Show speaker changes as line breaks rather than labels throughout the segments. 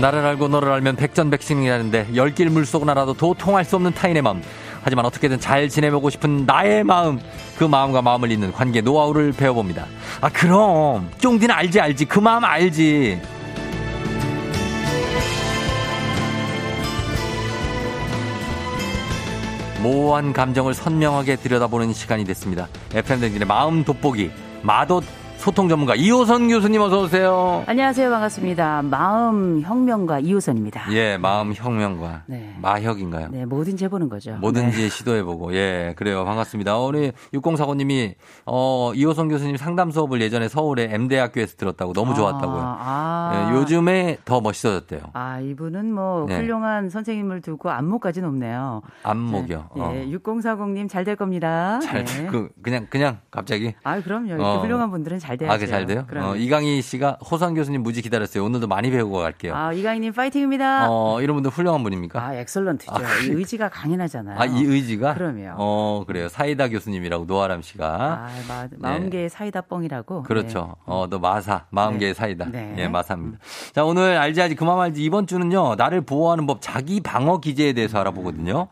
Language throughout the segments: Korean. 나를 알고 너를 알면 백전백승이라는데 열길 물속은 알아도 도통할 수 없는 타인의 마음. 하지만 어떻게든 잘 지내보고 싶은 나의 마음. 그 마음과 마음을 잇는 관계 노하우를 배워봅니다. 아 그럼 쫑디는 알지 알지 그 마음 알지. 모호한 감정을 선명하게 들여다보는 시간이 됐습니다. FM 댕진의 마음 돋보기 마돗 소통 전문가 이호선 교수님 어서 오세요.
안녕하세요. 반갑습니다. 마음 혁명가 이호선입니다.
예, 마음 혁명과
네.
마혁인가요?
네, 뭐든지 해보는 거죠. 네.
뭐든지 시도해보고 예 그래요 반갑습니다 우리 6049님이 어 이호성 교수님 상담 수업을 예전에 서울의 M 대학교에서 들었다고 너무 좋았다고요
아, 아.
예, 요즘에 더 멋있어졌대요
아, 이분은 뭐
네.
훌륭한 선생님을 두고 안목까지 높네요.
안목이요
네,
어.
예, 6040님 잘 될 겁니다.
잘,
네.
그, 그냥 그냥 갑자기
아, 그럼요. 이렇게
어.
훌륭한 분들은 잘 돼야죠.
아, 그게 잘 돼요?
그럼요.
어, 이강희 씨가 호선 교수님 무지 기다렸어요. 오늘도 많이 배우고 갈게요.
아, 이강희님 파이팅입니다.
어, 이런 분들 훌륭한 분입니까?
아, 엑설런트죠.
아, 그러니까.
이 의지가 강인하잖아요.
아, 이 의지가?
그럼요.
어, 그래요. 사이다 교수님이라고 노아람 씨가.
아, 마, 마음계의 사이다 뻥이라고.
네. 그렇죠. 어, 너 마사. 마음계의
네.
사이다.
네.
예, 마사입니다. 자, 오늘 알지 알지 그만 알지 이번 주는요. 나를 보호하는 법 자기 방어 기제에 대해서 알아보거든요.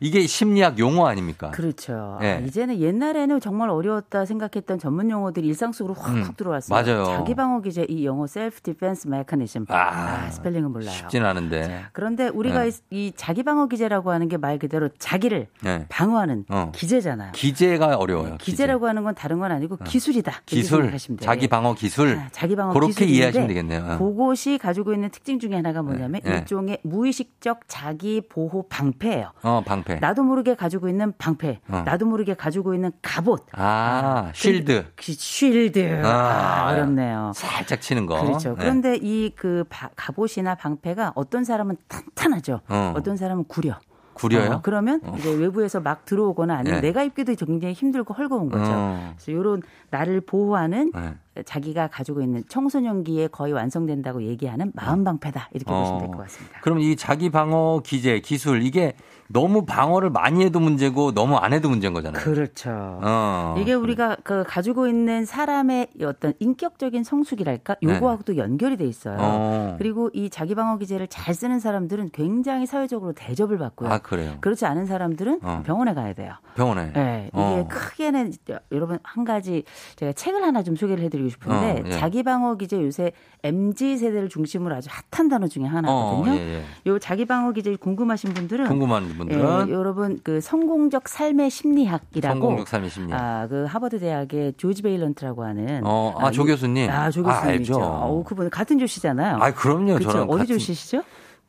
이게 심리학 용어 아닙니까?
네. 음. 그렇죠.
예.
아, 이제는 옛날에는 정말 어려웠다 생각했던 전문 용어들이 일상 속으로 확 확
음.
들어왔어요.
맞아요.
자기 방어 기제 이 영어 셀프 디펜스 메커니즘.
아,
아, 스펠링은 몰라요.
쉽진 않은데.
그런데 우리가
네.
이- 이 자기 방어 기제라고 하는 게 말 그대로 자기를
네.
방어하는
어.
기제잖아요.
기제가 어려워요.
네,
어.
기제라고 하는 건 다른 건 아니고 기술이다. 이렇게
기제. 기술.
생각하시면 돼요.
자기 방어 기술.
아, 자기 방어
그렇게
기술인데
이해하시면 되겠네요. 예.
그것이 가지고 있는 특징 중에 하나가 뭐냐면
네.
일종의 무의식적 자기 보호 방패예요.
어, 방패.
나도 모르게 가지고 있는 방패,
어.
나도 모르게 가지고 있는 갑옷,
아, 쉴드.
그 쉴드. 아,
아,
어렵네요.
살짝 치는 거.
그렇죠.
네.
그런데 이 그 갑옷이나 방패가 어떤 사람은 탄탄하죠.
어.
떤 사람은 구려.
구려요?
어, 그러면 이제 외부에서 막 들어오거나 아니면
네.
내가 입기도 굉장히 힘들고 헐거운 거죠.
어.
그래서 이런 나를 보호하는
네.
자기가 가지고 있는 청소년기에 거의 완성된다고 얘기하는 마음 방패다 이렇게
어.
보시면 될 것 같습니다.
그럼 이 자기 방어 기제 기술 이게 너무 방어를 많이 해도 문제고 너무 안 해도 문제인 거잖아요.
그렇죠.
네. 어.
이게 우리가 그 가지고 있는 사람의 어떤 인격적인 성숙이랄까 요거하고도 연결이 돼 있어요.
네. 어.
그리고 이 자기 방어 기제를 잘 쓰는 사람들은 굉장히 사회적으로 대접을 받고요.
아 그래요.
그렇지 않은 사람들은
어.
병원에 가야 돼요.
병원에.
네, 이게
어.
크게는 여러분 한 가지 제가 책을 하나 좀 소개를 해드리고 싶은데
어, 예.
자기 방어 기제 요새 mz 세대를 중심으로 아주 핫한 단어 중에
어,
하나거든요.
예, 예.
요 자기 방어 기제 궁금하신 분들은
궁금한
예,
분들은
여러분 그 성공적 삶의 심리학이라고
성공적 삶의 심리. 아,
아, 그 하버드 대학의 조지 베일런트라고 하는
어, 아,
이-
조 교수님.
아, 조
아,
교수님
알죠.
있죠. 어, 그분 같은 조씨잖아요.
그럼요.
그쵸?
저랑
그렇죠. 어디
같은-
조씨시죠?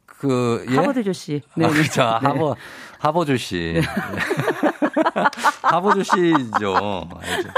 그 예?
하버드 조씨. 네,
아, 그렇죠. 하버 하버조 씨. 네. 하버조 씨죠. 알죠.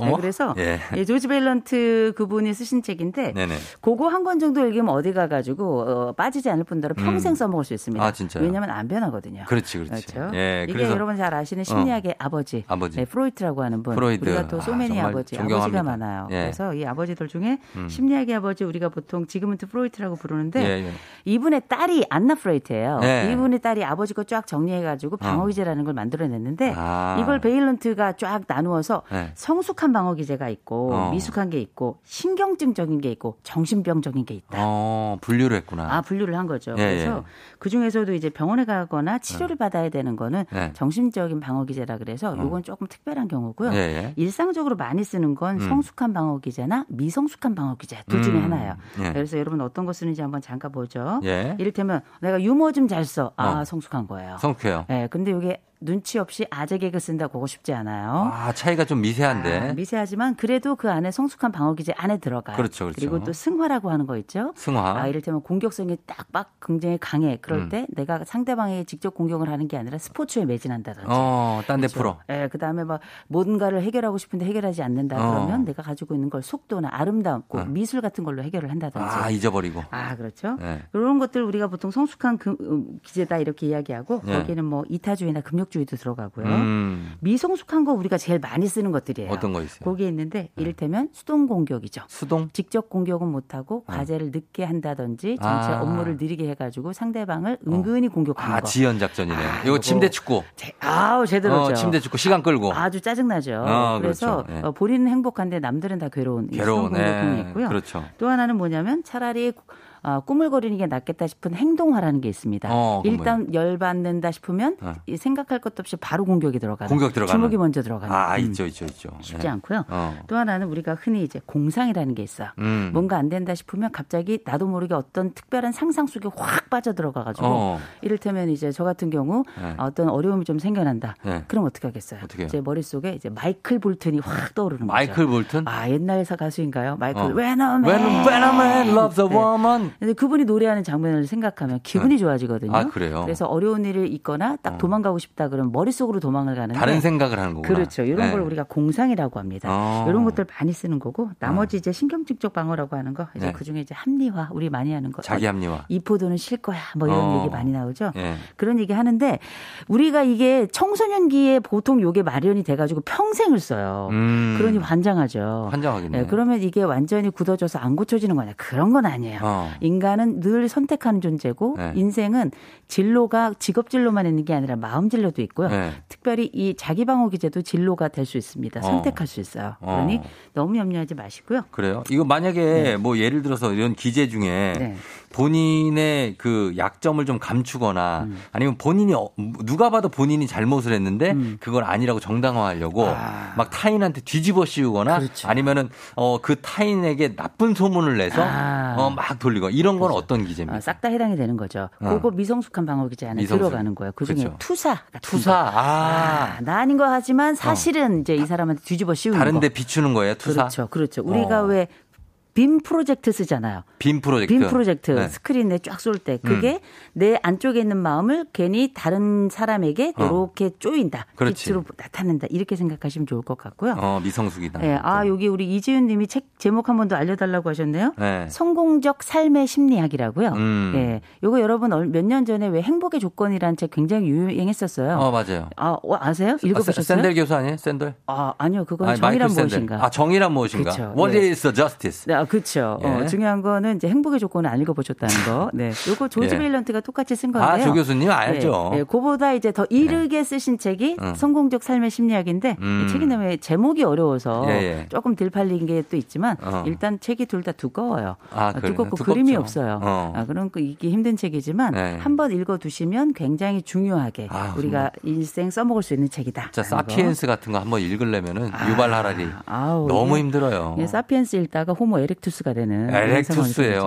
어머?
그래서
예.
예, 조지 베일런트 그분이 쓰신 책인데
네네.
그거 한 권 정도 읽으면 어디 가가지고 어, 빠지지 않을 뿐더러 평생 써먹을 수 있습니다.
음. 아, 진짜요?
왜냐하면 안 변하거든요.
그렇지, 그렇지.
그렇죠?
예,
이게
그래서-
여러분 잘 아시는 심리학의 아버지,
아버지.
네, 프로이트라고 하는 분.
프로이트.
우리가 또
아,
소매니
정말
아, 버지
존경합니다.
아버지가 많아요.
예. 음.
그래서 이 아버지들 중에 심리학의 아버지 우리가 보통 지금은 또 프로이트라고 부르는데
예, 예.
이분의 딸이 안나 프로이트예요.
예.
이분의 딸이 아버지 거 쫙 정리해가지고 방어기제라는 걸 만들어냈는데
아.
네, 이걸 베일런트가 쫙 나누어서
네.
성숙한 방어기제가 있고
어.
미숙한 게 있고 신경증적인 게 있고 정신병적인 게 있다.
어, 분류를 했구나.
아 분류를 한 거죠.
예,
그래서
예.
그 중에서도 이제 병원에 가거나 치료를 받아야 되는 거는
네. 음.
정신적인 방어 기제라 그래서 요건 조금 특별한 경우고요.
예, 예.
일상적으로 많이 쓰는 건 성숙한 방어 기제나 미성숙한 방어 기제 둘 중에
음,
하나예요.
예.
그래서 여러분 어떤 거 쓰는지 한번 잠깐 보죠.
예.
이를테면 내가 유머 좀 잘 써. 아
어.
성숙한 거예요.
성쾌요.
예, 근데 이게 눈치 없이 아재 개그 쓴다 그거 쉽지 않아요.
아, 차이가 좀 미세한데.
아, 미세하지만 그래도 그 안에 성숙한 방어 기제 안에 들어가요.
그렇죠, 그렇죠.
리고또 승화라고 하는 거 있죠.
승화.
아, 이를테면 공격성이 딱 막 굉장히 강해. 그럴
음.
때 내가 상대방에게 직접 공격을 하는 게 아니라 스포츠에 매진한다든지.
어, 딴 데
그렇죠.
풀어.
예, 그다음에 막 뭔가를 해결하고 싶은데 해결하지 않는다
어.
그러면 내가 가지고 있는 걸 속도나 아름다움, 그 미술 같은 걸로 해결을 한다든지.
아,
아,
잊어버리고.
그렇죠.
네.
그런 것들 우리가 보통 성숙한 금- 음, 기재다 이렇게 이야기하고
네.
거기는 뭐 이타주의나 금욕주의도 들어가고요. 예.
음.
미성숙한 거 우리가 제일 많이 쓰는 것들이에요.
어떤 거 네. 있어요?
거기에 있는데 이를테면 수동 공격이죠.
수동?
직접 공격은 못하고 과제를 늦게 한다든지 전체
네. 아.
업무를 느리게 해가지고 상대방을 은근히 공격하는
아,
거.
지연 작전이네.
아,
이거
이거.
침대 축구.
제- 아우 제대로죠.
어, 침대 축구 시간 끌고.
아주 짜증나죠.
어,
그래서
그렇죠. 예.
어, 본인은 행복한데 남들은 다 괴로운 이
괴로운,
네, 수동 공격이
예.
있고요.
그렇죠.
또 하나는 뭐냐면 차라리 어, 꾸물거리는 게 낫겠다 싶은 행동화라는 게 있습니다.
어, 그건
일단 열받는다 싶으면 이 생각할 것도 없이 바로 공격이 들어가는.
공격 들어가는.
주먹이 먼저 들어가는.
아,
음,
있죠, 있죠, 있죠.
쉽지
예.
않고요. 뭐,
어.
또 하나는 우리가 흔히 이제 공상이라는 게 있어요.
음.
뭔가 안 된다 싶으면 갑자기 나도 모르게 어떤 특별한 상상 속에 확 빠져들어가가지고
어.
이를테면 이제 저 같은 경우
네.
어떤 어려움이 좀 생겨난다.
네.
아, 그럼 어떻게 하겠어요?
어떻게 해요?
제 머릿속에 이제 마이클 볼튼이 확 떠오르는
마이클
거죠.
볼튼?
아, 옛날 사- 가수인가요? 마이클
어.
When a Man.
When, when a
네.
man loves a woman.
근데 그분이 노래하는 장면을 생각하면 기분이 좋아지거든요.
아, 그래요?
래서 어려운 일을 있거나 딱 도망가고 싶다 그러면 머릿속으로 도망을 가는데
다른 생각을 하는 거구나.
네. 그렇죠. 이런
예.
걸 우리가 공상이라고 합니다.
어.
이런 것들 많이 쓰는 거고 나머지 이제 신경증적 방어라고 하는 거 이제
네.
그 중에 이제 합리화 우리 많이 하는 거. 어,
자기 합리화.
이 포도는 실 거야. 뭐 이런
어.
얘기 많이 나오죠.
예.
그런 얘기 하는데 우리가 이게 청소년기에 보통 요게 마련이 돼가지고 평생을 써요.
음.
그러니 환장하죠.
환장하겠네.
예, 그러면 이게 완전히 굳어져서 안 고쳐지는 거냐? 그런 건 아니에요.
어.
인간은 늘 선택하는 존재고
네.
인생은 진로가 직업 진로만 있는 게 아니라 마음 진로도 있고요.
네.
특별히 이 자기 방어 기제도 진로가 될 수 있습니다. 선택할 수 있어요. 그러니
어.
너무 염려하지 마시고요. 어,
그래요? 이거 만약에 뭐 예를 들어서 이런 기재 중에
네.
본인의 그 약점을 좀 감추거나
음.
아니면 본인이 어- 누가 봐도 본인이 잘못을 했는데
음.
그걸 아니라고 정당화하려고
아.
막 타인한테 뒤집어 씌우거나
그렇죠.
아니면은 어 그 타인에게 나쁜 소문을 내서
아. 그렇죠.
어 막 돌리고 이런 건 어떤 기재입니까?
싹 다 해당이 되는 거죠.
어.
그거 미성숙한 방어 기제 안에
미성숙.
들어가는 거예요. 그 중에
그렇죠.
투사. 같은
투사
거.
아,
아, 나 아닌 거 하지만 사실은 이제 이 사람한테 뒤집어 씌우는 거.
다른데 비추는 거예요 투사
그렇죠, 그렇죠. 우리가
어.
왜 빔 프로젝트 쓰잖아요.
빔 프로젝트
빔 프로젝트
네. 음.
스크린에 쫙 쏠 때 그게 내 안쪽에 있는 마음을 괜히 다른 사람에게
어.
이렇게 쪼인다.
그렇지.
빛으로 나타낸다. 이렇게 생각하시면 좋을 것 같고요.
어 네. 미성숙이다
예, 아, 여기 우리 이지윤 님이 책 제목 한 번 더 알려달라고 하셨네요.
네.
성공적 삶의 심리학이라고요.
음.
예. 요거 여러분 몇 년 전에 왜 행복의 조건이라는 책 굉장히 유행했었어요.
어 맞아요
아, 어, 아세요?
아,
읽어보셨어요?
샌델 교수 아니에요 샌델
아, 아니요. 그건
아니,
정의란
마이클 샌델.
무엇인가?
아, 정의란 무엇인가?
그쵸,
What
예.
is the justice?
네, 아, 그렇죠.
예.
어, 중요한 거는 이제 행복의 조건을 안 읽어보셨다는 거. 네, 요거 조지
예.
브릴런트가 똑같이 쓴 건데요.
아, 조 교수님 알죠.
예, 예, 그보다 이제 더 이르게 쓰신 책이 성공적 삶의 심리학인데
음.
이 책이 너무 제목이 어려워서
예, 예.
조금 덜 팔린 게 또 있지만
어.
일단 책이 둘 다 두꺼워요.
아,
아,
그래요?
두껍고
두껍죠.
그림이 없어요.
어.
아, 그런 거 읽기 힘든 책이지만
예.
한번 읽어두시면 굉장히 중요하게
아,
우리가 일생 써먹을 수 있는 책이다.
진짜 사피엔스 같은 거 한번 읽으려면은 유발 하라리
아, 아우,
너무
이-
힘들어요.
예, 사피엔스 읽다가 호모 에렉투스가 되는
엘렉투스예요,
그런 상황이 생기죠. 네.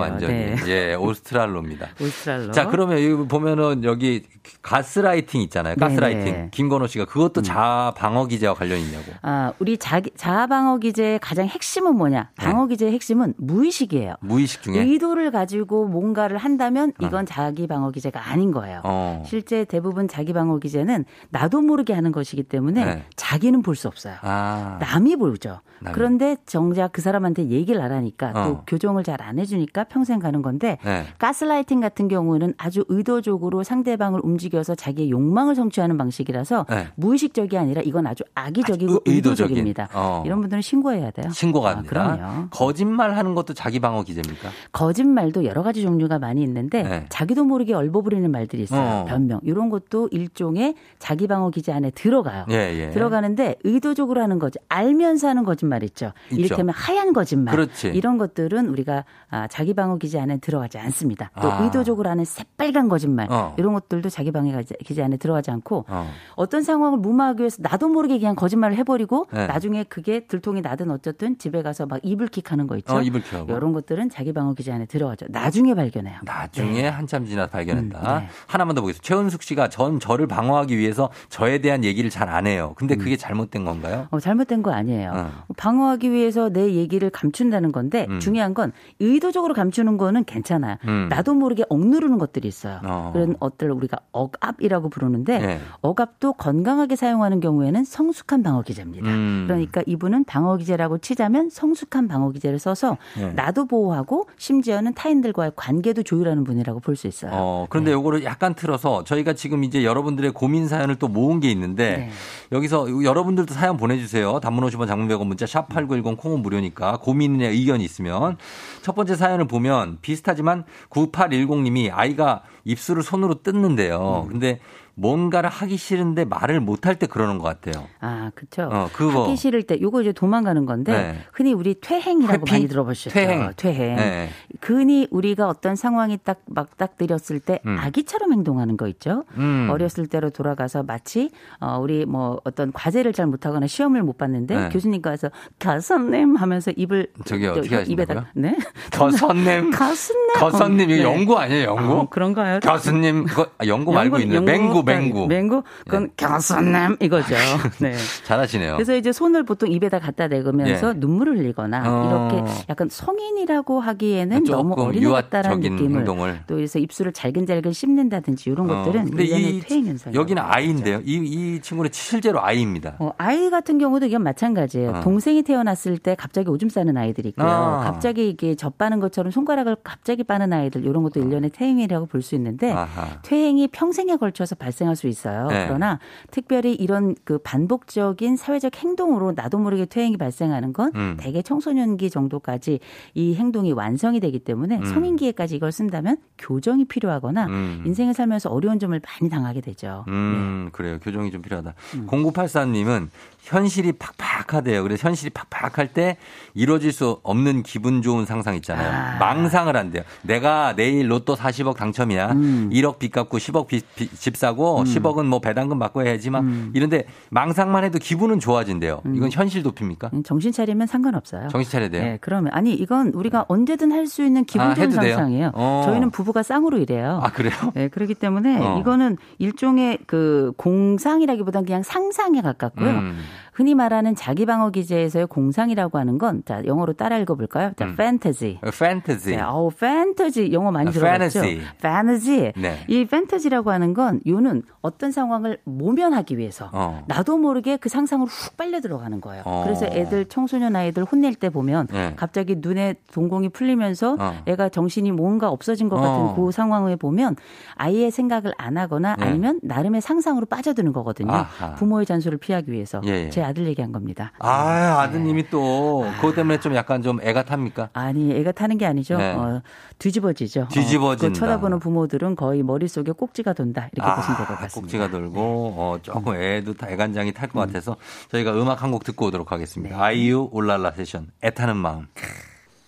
완전히. 예, 오스트랄로입니다.
오스트랄로.
자, 그러면 여기 보면은 여기 가스라이팅 있잖아요. 가스라이팅.
네네. 음.
김건호 씨가 그것도 자아 방어 기제와 관련 이 있냐고.
아, 우리 자기, 자아방어 기제의 가장 핵심은 뭐냐?
네.
방어 기제의 핵심은 무의식이에요.
무의식 중에
의도를 가지고 뭔가를 한다면 이건 자기 방어 기제가 아닌 거예요.
음. 어.
실제 대부분 자기 방어 기제는 나도 모르게 하는 것이기 때문에
네.
자기는 볼 수 없어요.
아.
남이 보죠.
남이.
그런데 정작 그 사람한테 얘기를 안 하니까
어.
또 교정을 잘 안 해주니까 평생 가는 건데
네.
가스라이팅 같은 경우는 아주 의도적으로 상대방을 움직여서 자기의 욕망을 성취하는 방식이라서
네.
무의식적이 아니라 이건 아주 악의적이고
아주 의- 의도적인.
의도적입니다.
어.
이런 분들은 신고해야 돼요.
신고가
아,
됩니다.
그럼요.
거짓말 하는 것도 자기 방어 기제입니까?
거짓말도 여러 가지 종류가 많이 있는데
네.
자기도 모르게 얼버무리는 말들이 있어요.
어.
변명. 이런 것도 일종의 자기 방어 기제 안에 들어가요.
예, 예.
들어가는데 의도적으로 하는 거지 알면서 하는 거짓말 있죠.
있죠.
이를테면 하얀 거짓말.
그렇지.
이런 것들은 우리가 아, 자기 방어 기제 안에 들어가지 않습니다. 또
아.
의도적으로 하는 새빨간 거짓말
어.
이런 것들도 자기 방어 기제 안에 들어가지 않고
어.
어떤 상황을 무마하기 위해서 나도 모르게 그냥 거짓말을 해버리고
네.
나중에 그게 들통이 나든 어쨌든 집에 가서 막 이불킥하는 거 있죠.
어, 이불킥하고.
이런 것들은 자기 방어 기제 안에 들어가죠. 나중에 발견해요.
나중에 한참 지나 발견한다.
네. 음, 네.
하나만 더 보겠습니다. 최은숙 씨가 전 저를 방어하기 위해서 저에 대한 얘기를 잘 안 해요.
음.
근데 그게 잘못된 건가요?
어, 잘못된 거 아니에요.
어.
방어하기 위해서 내 얘기를 감춘다는 건데
음.
중요한 건 의도적으로 감추는 거는 괜찮아요.
음.
나도 모르게 억누르는 것들이 있어요.
어.
그런 것들을 우리가 억압이라고 부르는데
네.
억압도 건강하게 사용하는 경우에는 성숙한 방어 기제입니다.
음.
그러니까 이분은 방어 기제라고 치자면 성숙한 방어 기제를 써서
네.
나도 보호하고 심지어는 타인들과의 관계도 조율하는 분이라고 볼 수 있어요.
어, 그런데
네.
요거를 약간 틀어서 저희가 지금 이제 여러분들의 고민 사연을 또 모은 게 있는데
네.
여기서 여러분들도 사연 보내주세요. 단문 50원 장문 100원 문자 샵8910 콩은 무료니까 고민이나 의견이 있으면 첫 번째 사연을 보면 비슷하지만 9810님이 아이가 입술을 손으로
음.
뜯는데요. 근데 뭔가를 하기 싫은데 말을 못할 때 그러는 것 같아요.
아, 그렇죠.
어, 그거.
하기 싫을 때 요거 이제 도망가는 건데
네.
흔히 우리 퇴행이라고
회피?
많이 들어보셨죠.
퇴행.
퇴행.
네.
흔히 우리가 어떤 상황이 딱 막 딱 들였을 때
음.
아기처럼 행동하는 거 있죠.
음.
어렸을 때로 돌아가서 마치 어 우리 뭐 어떤 과제를 잘 못하거나 시험을 못 봤는데
네.
교수님과 와서 가선님 하면서 입을
저기 어떻게 하신다고요?
입에다 네
거선님.
가선님
거선님, 이거
네.
연구 아니에요, 연구?
아, 그런가요?
교수님, 그거, 아, 연구 말고 있네. 맹구, 네. 아, 맹구.
맹구 그건 가선님 이거죠. 네.
잘하시네요.
그래서 이제 손을 보통 입에다 갖다 대면서
예.
눈물을 흘리거나
어. 아,
이렇게 약간 성인이라고 하기에는
그러니까 조금
너무 어린 것 같다라는
유아적인
느낌을
행동을.
또 그래서 입술을 잘근잘근 씹는다든지 이런
어,
것들은
근데
일련의
이-
퇴행 현상.
여기는 아이인데요. 이, 이 친구는 실제로 아이입니다.
어, 아이 같은 경우도 이건 마찬가지예요.
어.
동생이 태어났을 때 갑자기 오줌 싸는 아이들이 있고요.
아.
갑자기 이게 젖 빠는 것처럼 손가락을 갑자기 빠는 아이들 이런 것도 일련의 퇴행이라고 볼 수 있는데
어. 아하.
퇴행이 평생에 걸쳐서 발생할 수 있어요.
네.
그러나 특별히 이런 그 반복적인 사회적 행동으로 나도 모르게 퇴행이 발생하는 건
음.
대개 청소년기 정도까지 이 행동이 완성이 되기 때문에 성인기에까지 이걸 쓴다면 교정이 필요하거나
음.
인생을 살면서 어려운 점을 많이 당하게 되죠.
음,
네.
그래요. 교정이 좀 필요하다.
음.
0984님은 현실이 팍팍하대요. 그래서 현실이 팍팍할 때 이루어질 수 없는 기분 좋은 상상 있잖아요.
아.
망상을 한대요. 내가 내일 로또 40억 당첨이야.
음.
1억 빚 갚고 10억 빚- 빚- 집 사고 10억은 뭐 배당금 받고 해야지만
음.
이런데 망상만 해도 기분은 좋아진대요. 이건 현실 도피입니까?
음, 정신 차리면 상관없어요.
정신 차려야 돼요. 음.
네, 그러면 아니 이건 우리가 언제든 할 수 있는
아,
기분 좋은
해도 돼요?
상상이에요.
어.
저희는 부부가 쌍으로 일해요.
아, 그래요?
네, 그렇기 때문에
어.
이거는 일종의 그 공상이라기보단 그냥 상상에 가깝고요.
음.
흔히 말하는 자기 방어 기제에서의 공상이라고 하는 건 자, 영어로 따라 읽어 볼까요? 자, fantasy.
판타지.
네, 어우, fantasy 영어 많이
음. 아,
들어봤죠.
fantasy.
fantasy.
네.
이 fantasy라고 하는 건 요는 어떤 상황을 모면하기 위해서
어.
나도 모르게 그 상상으로 훅 빨려 들어가는 거예요.
어.
그래서 애들 청소년 아이들 혼낼 때 보면
네.
갑자기 눈에 동공이 풀리면서
어.
애가 정신이 뭔가 없어진 것 같은
어.
그 상황에 보면 아이의 생각을 안 하거나
네.
아니면 나름의 상상으로 빠져드는 거거든요.
아하.
부모의 잔소리를 피하기 위해서
예, 예.
제 아들 얘기한 겁니다.
아, 아드님이 또 그것 때문에 좀 약간 좀 애가 탑니까?
아니, 애가 타는 게 아니죠.
네.
어, 뒤집어지죠. 어,
뒤집어진다. 아,
그걸 쳐다보는 부모들은 거의 머릿속에 꼭지가 돈다. 이렇게 보시면 될 것 같습니다. 네. 음.
꼭지가 돌고 어, 조금 애도 다- 애간장이 탈 것 같아서 저희가 음악 한 곡 듣고 오도록 하겠습니다.
네.
아이유 올랄라 세션 애타는 마음.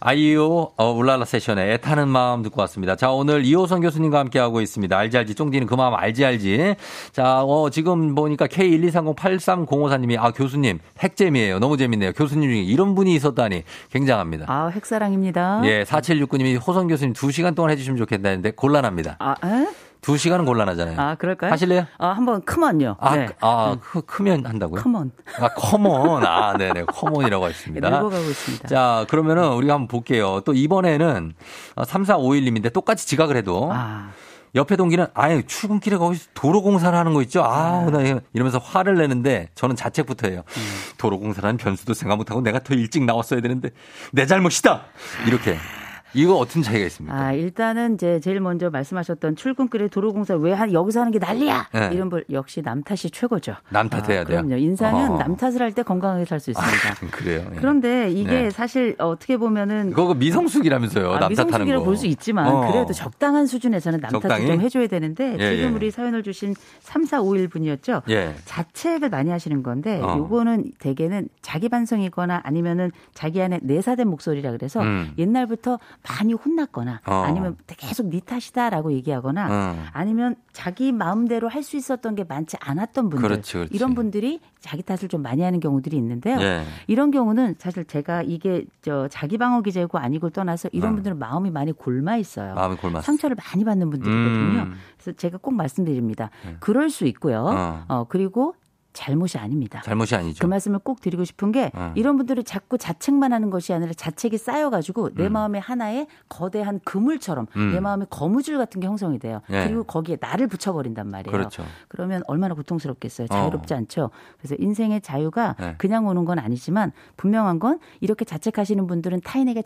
아이유 어, 올랄라 세션의 애타는 마음 듣고 왔습니다. 자 오늘 이호선 교수님과 함께 하고 있습니다. 알지 알지 쫑디는 그 마음 알지 알지. 자 어, 지금 보니까 K123083054님이 아 교수님 핵잼이에요. 너무 재밌네요. 교수님 중에 이런 분이 있었다니 굉장합니다.
아, 핵사랑입니다.
예 4769님이 호선 교수님 2시간 동안 해주시면 좋겠다는데 곤란합니다.
아, 에?
2시간은 곤란하잖아요.
아, 그럴까요?
하실래요?
아, 한번 크만요.
네. 아,
네.
아 크, 크면 한다고요?
컴온.
아, 커먼. 아, 네네. 커먼이라고 했습니다.
늙어가고 있습니다.
자, 그러면은 우리가 한번 볼게요. 또 이번에는 3451님인데 똑같이 지각을 해도
아,
옆에 동기는 아예 출근길에 거기 도로 공사를 하는 거 있죠?
네.
아우, 나 이거 이러면서 화를 내는데 저는 자책부터 해요.
음.
도로 공사라는 변수도 생각 못하고 내가 더 일찍 나왔어야 되는데 내 잘못이다! 이렇게. 이거 어떤 차이가 있습니까?
아, 일단은 이제 제일 먼저 말씀하셨던 출근길에 도로공사 왜 한, 여기서 하는 게 난리야!
네.
이런 분 역시 남 탓이 최고죠.
남 탓해야
아,
돼요?
그럼요. 인상은
어.
남 탓을 할 때 건강하게 살 수 있습니다.
그래요. 예.
그런데 이게
네.
사실 어떻게 보면은
그거 그 미성숙이라면서요.
아,
남 탓하는 거.
미성숙이라고 볼 수 있지만
어.
그래도 적당한 수준에서는 남탓을
적당히?
좀 해줘야 되는데
예,
지금
예.
우리 사연을 주신 3, 4, 5일 분이었죠.
예.
자책을 많이 하시는 건데
어.
요거는 대개는 자기 반성이거나 아니면은 자기 안에 내사된 목소리라 그래서
음.
옛날부터 많이 혼났거나
어.
아니면 계속 네 탓이다라고 얘기하거나
음.
아니면 자기 마음대로 할 수 있었던 게 많지 않았던 분들
그렇지, 그렇지.
이런 분들이 자기 탓을 좀 많이 하는 경우들이 있는데요.
예.
이런 경우는 사실 제가 이게 저 자기 방어 기제고 아니고 떠나서 이런
음.
분들은 마음이 많이 골마 있어요.
마음이 아, 골맞어.
상처를 많이 받는 분들이거든요.
음. 네.
그래서 제가 꼭 말씀드립니다. 그럴 수 있고요.
어.
어. 그리고 잘못이 아닙니다.
잘못이 아니죠.
그 말씀을 꼭 드리고 싶은 게
어.
이런 분들이 자꾸 자책만 하는 것이 아니라 자책이 쌓여가지고 내 마음에 하나의 거대한 그물처럼
음.
내 마음에 거무줄 같은 게 형성이 돼요.
예.
그리고 거기에 나를 붙여버린단 말이에요.
그렇죠.
그러면 얼마나 고통스럽겠어요. 자유롭지 않죠. 그래서 인생의 자유가
네.
그냥 오는 건 아니지만 분명한 건 이렇게 자책하시는 분들은 타인에게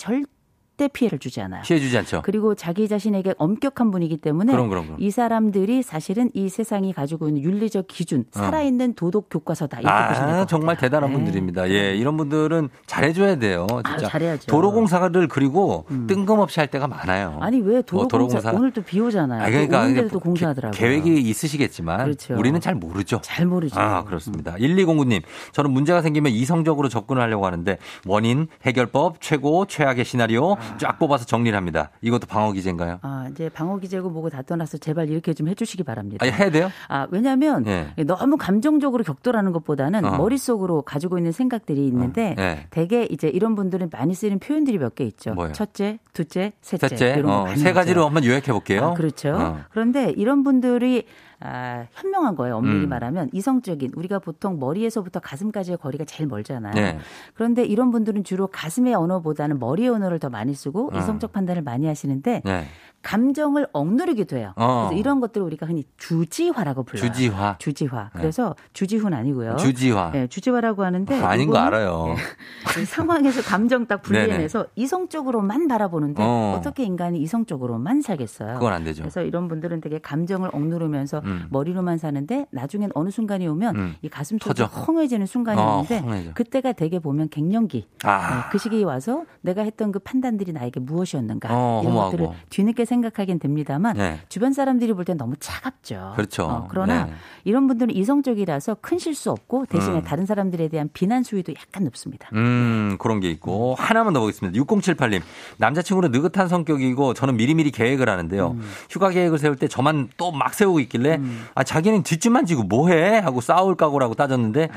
절대 피해를 주지 않아요.
피해주지 않죠.
그리고 자기 자신에게 엄격한 분이기 때문에
그럼, 그럼, 그럼.
이 사람들이 사실은 이 세상이 가지고 있는 윤리적 기준, 살아있는 도덕 교과서다 이렇게 보시면
어. 아,
돼요.
정말 대단한
네.
분들입니다. 예, 이런 분들은 잘해줘야 돼요. 진짜.
아유, 잘해야죠. 음.
도로공사를 그리고 뜬금없이 할 때가 많아요.
아니 왜 도로
뭐
공사 오늘 또 비 오잖아요.
아니, 그러니까
오는데도
이게
또 공사하더라고요.
개- 계획이 있으시겠지만
그렇죠.
우리는 잘 모르죠.
잘 모르죠.
아, 그렇습니다. 1209님, 저는 문제가 생기면 이성적으로 접근을 하려고 하는데 원인, 해결법, 최고, 최악의 시나리오 쫙 뽑아서 정리를 합니다. 이것도 방어 기제인가요?
아, 이제 방어 기제고 뭐고 다 떠나서 제발 이렇게 좀 해주시기 바랍니다.
아, 해야 돼요?
아, 왜냐면
예.
너무 감정적으로 격돌하는 것보다는
어.
머릿속으로 가지고 있는 생각들이 있는데
어, 예.
대개 이제 이런 분들은 많이 쓰는 표현들이 몇 개 있죠.
뭐예요?
첫째, 둘째, 셋째.
셋째,
이런 거
어,
많이
세 가지로
하죠.
한번 요약해 볼게요.
아, 그렇죠.
어.
그런데 이런 분들이 아, 현명한 거예요. 엄밀히
음.
말하면 이성적인 우리가 보통 머리에서부터 가슴까지의 거리가 제일 멀잖아요.
네.
그런데 이런 분들은 주로 가슴의 언어보다는 머리의 언어를 더 많이 쓰고 이성적 판단을 많이 하시는데
네.
감정을 억누르게 돼요.
어.
그래서 이런 것들을 우리가 흔히 주지화라고 불러요.
주지화.
주지화. 그래서 아. 주지훈 아니고요.
네. 주지화.
예, 주지화라고 하는데
아닌 거
이거는 예.
알아요.
이 상황에서 감정 딱 분리해내서 이성적으로만 바라보는데
어.
어. 떻게 인간이 이성적으로만 살겠어요.
그건 안 되죠.
그래서 이런 분들은 되게 감정을 억누르면서 머리로만 사는데 나중엔 어느 순간이 오면
음.
이 가슴
터져.
쪽이 헝해지는 순간이
어,
오는데
헝해져.
그때가 되게 보면 갱년기
아.
네, 그 시기에 와서 내가 했던 그 판단들이 나에게 무엇이었는가
어,
이런
허무하고.
것들을 뒤늦게 생각하긴 됩니다만
네.
주변 사람들이 볼 땐 너무 차갑죠.
그렇죠.
어, 그러나
네.
이런 분들은 이성적이라서 큰 실수 없고 대신에
음.
다른 사람들에 대한 비난 수위도 약간 높습니다.
음, 그런 게 있고. 하나만 더 보겠습니다. 6078님. 남자친구는 느긋한 성격이고 저는 미리미리 계획을 하는데요.
음.
휴가 계획을 세울 때 저만 또 막 세우고 있길래 아, 자기는 뒷짐만 지고 뭐 해? 하고 싸울 각오라고 따졌는데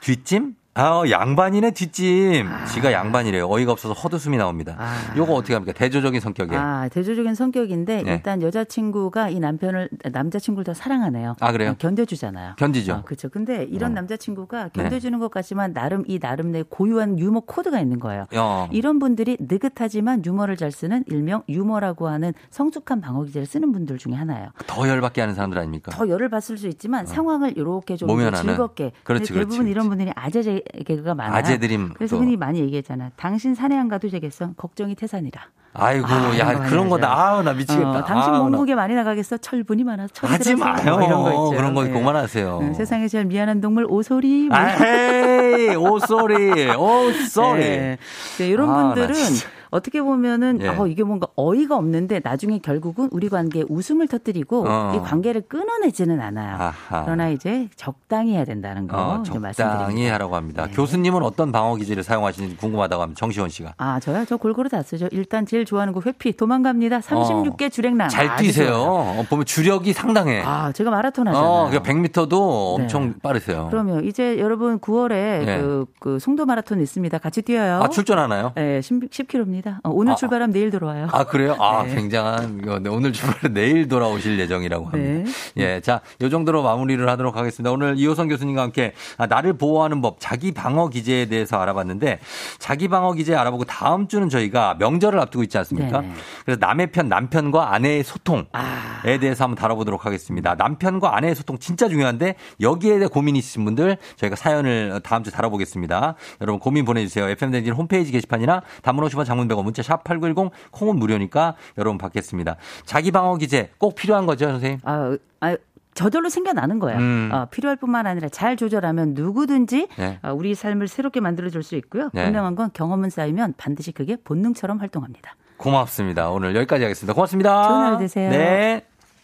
뒷짐? 아, 양반이네 뒷짐.
아.
지가 양반이래요. 어이가 없어서 헛웃음이 나옵니다. 요거 어떻게 합니까? 대조적인 성격이에요.
아, 대조적인 성격인데
네.
일단 여자친구가 이 남편을 남자친구를 더 사랑하네요. 어,
아, 그래요?
견뎌주잖아요.
견디죠.
아, 그렇죠. 근데 이런 남자친구가
네.
견뎌주는 것 같지만 나름 이 나름 내 고유한 유머 코드가 있는 거예요.
어.
이런 분들이 느긋하지만 유머를 잘 쓰는 일명 유머라고 하는 성숙한 방어 기제를 쓰는 분들 중에 하나예요.
더 열받게 하는 사람들 아닙니까?
더 열을 받을 수 있지만 상황을 이렇게 좀
모면하는.
즐겁게. 근데
어. 그렇지,
대부분
그렇지,
이런 분들이 아재 제- 개그가 많아요.
아재들임
그래서
또.
흔히 많이 얘기했잖아. 당신 산에 안 가도 되겠어. 걱정이 태산이라.
아이고,
아,
야,
이런 거
그런
아니죠.
거다. 아우, 나 미치겠다.
어, 당신
아우, 나-
몸무게 많이 나가겠어. 철분이 많아서 철이
하지
들어서
마요.
뭐 이런 거 있죠.
그런 거
예.
그만하세요.
음, 세상에 제일 미안한 동물 오소리. 뭐
아, 헤이, 오, 쏘리, 오, 쏘리.
네. 네, 이런
아, 나
분들은
진짜.
어떻게 보면은
예.
어, 이게 뭔가 어이가 없는데 나중에 결국은 우리 관계에 웃음을 터뜨리고
어.
이 관계를 끊어내지는 않아요.
아하.
그러나 이제 적당히 해야 된다는 거
어,
이제
적당히
말씀드립니다. 네.
하라고 합니다. 교수님은 어떤 방어 기제를 사용하시는지 궁금하다고 하면 정시원 씨가.
아, 저요? 저 골고루 다 쓰죠. 일단 제일 좋아하는 거 회피. 도망갑니다. 36개 주랭랑.
어. 잘
아주
뛰세요.
좋아요.
어, 보면 주력이 상당해.
아, 제가 마라톤 하잖아요. 네.
어, 그 100m도 엄청 빠르세요.
그러면 이제 여러분 9월에
예.
그, 그 송도 마라톤 있습니다. 같이 뛰어요.
아, 출전하나요?
네, 10km입니다. 어, 오늘
아.
출발하면 내일 돌아와요.
아, 그래요? 아,
네.
굉장한, 이거 오늘 주말에 내일 돌아오실 예정이라고
네.
합니다. 예, 자, 요 정도로 마무리를 하도록 하겠습니다. 오늘 이호선 교수님과 함께 아, 나를 보호하는 법, 자기 방어 기제에 대해서 알아봤는데, 자기 방어 기제 알아보고 다음 주는 저희가 명절을 앞두고 있지 않습니까?
네네.
그래서 남의 편, 남편과 아내의 소통에
아.
대해서 한번 다뤄보도록 하겠습니다. 남편과 아내의 소통 진짜 중요한데, 여기에 대해 고민이 있으신 분들, 저희가 사연을 다음 주에 다뤄보겠습니다. 여러분 고민 보내주세요. FM댕진 홈페이지 게시판이나 담문 50원 장문 100원, 문자 샵 8910, 콩은 무료니까 여러분 받겠습니다. 자기 방어 기제 꼭 필요한 거죠, 선생님?
아, 아, 저절로 생겨나는 거예요.
음.
어, 필요할 뿐만 아니라 잘 조절하면 누구든지
네.
어, 우리 삶을 새롭게 만들어줄 수 있고요.
네.
분명한 건 경험은 쌓이면 반드시 그게 본능처럼 활동합니다.
고맙습니다. 오늘 여기까지 하겠습니다. 고맙습니다.
좋은 하루 되세요.
네.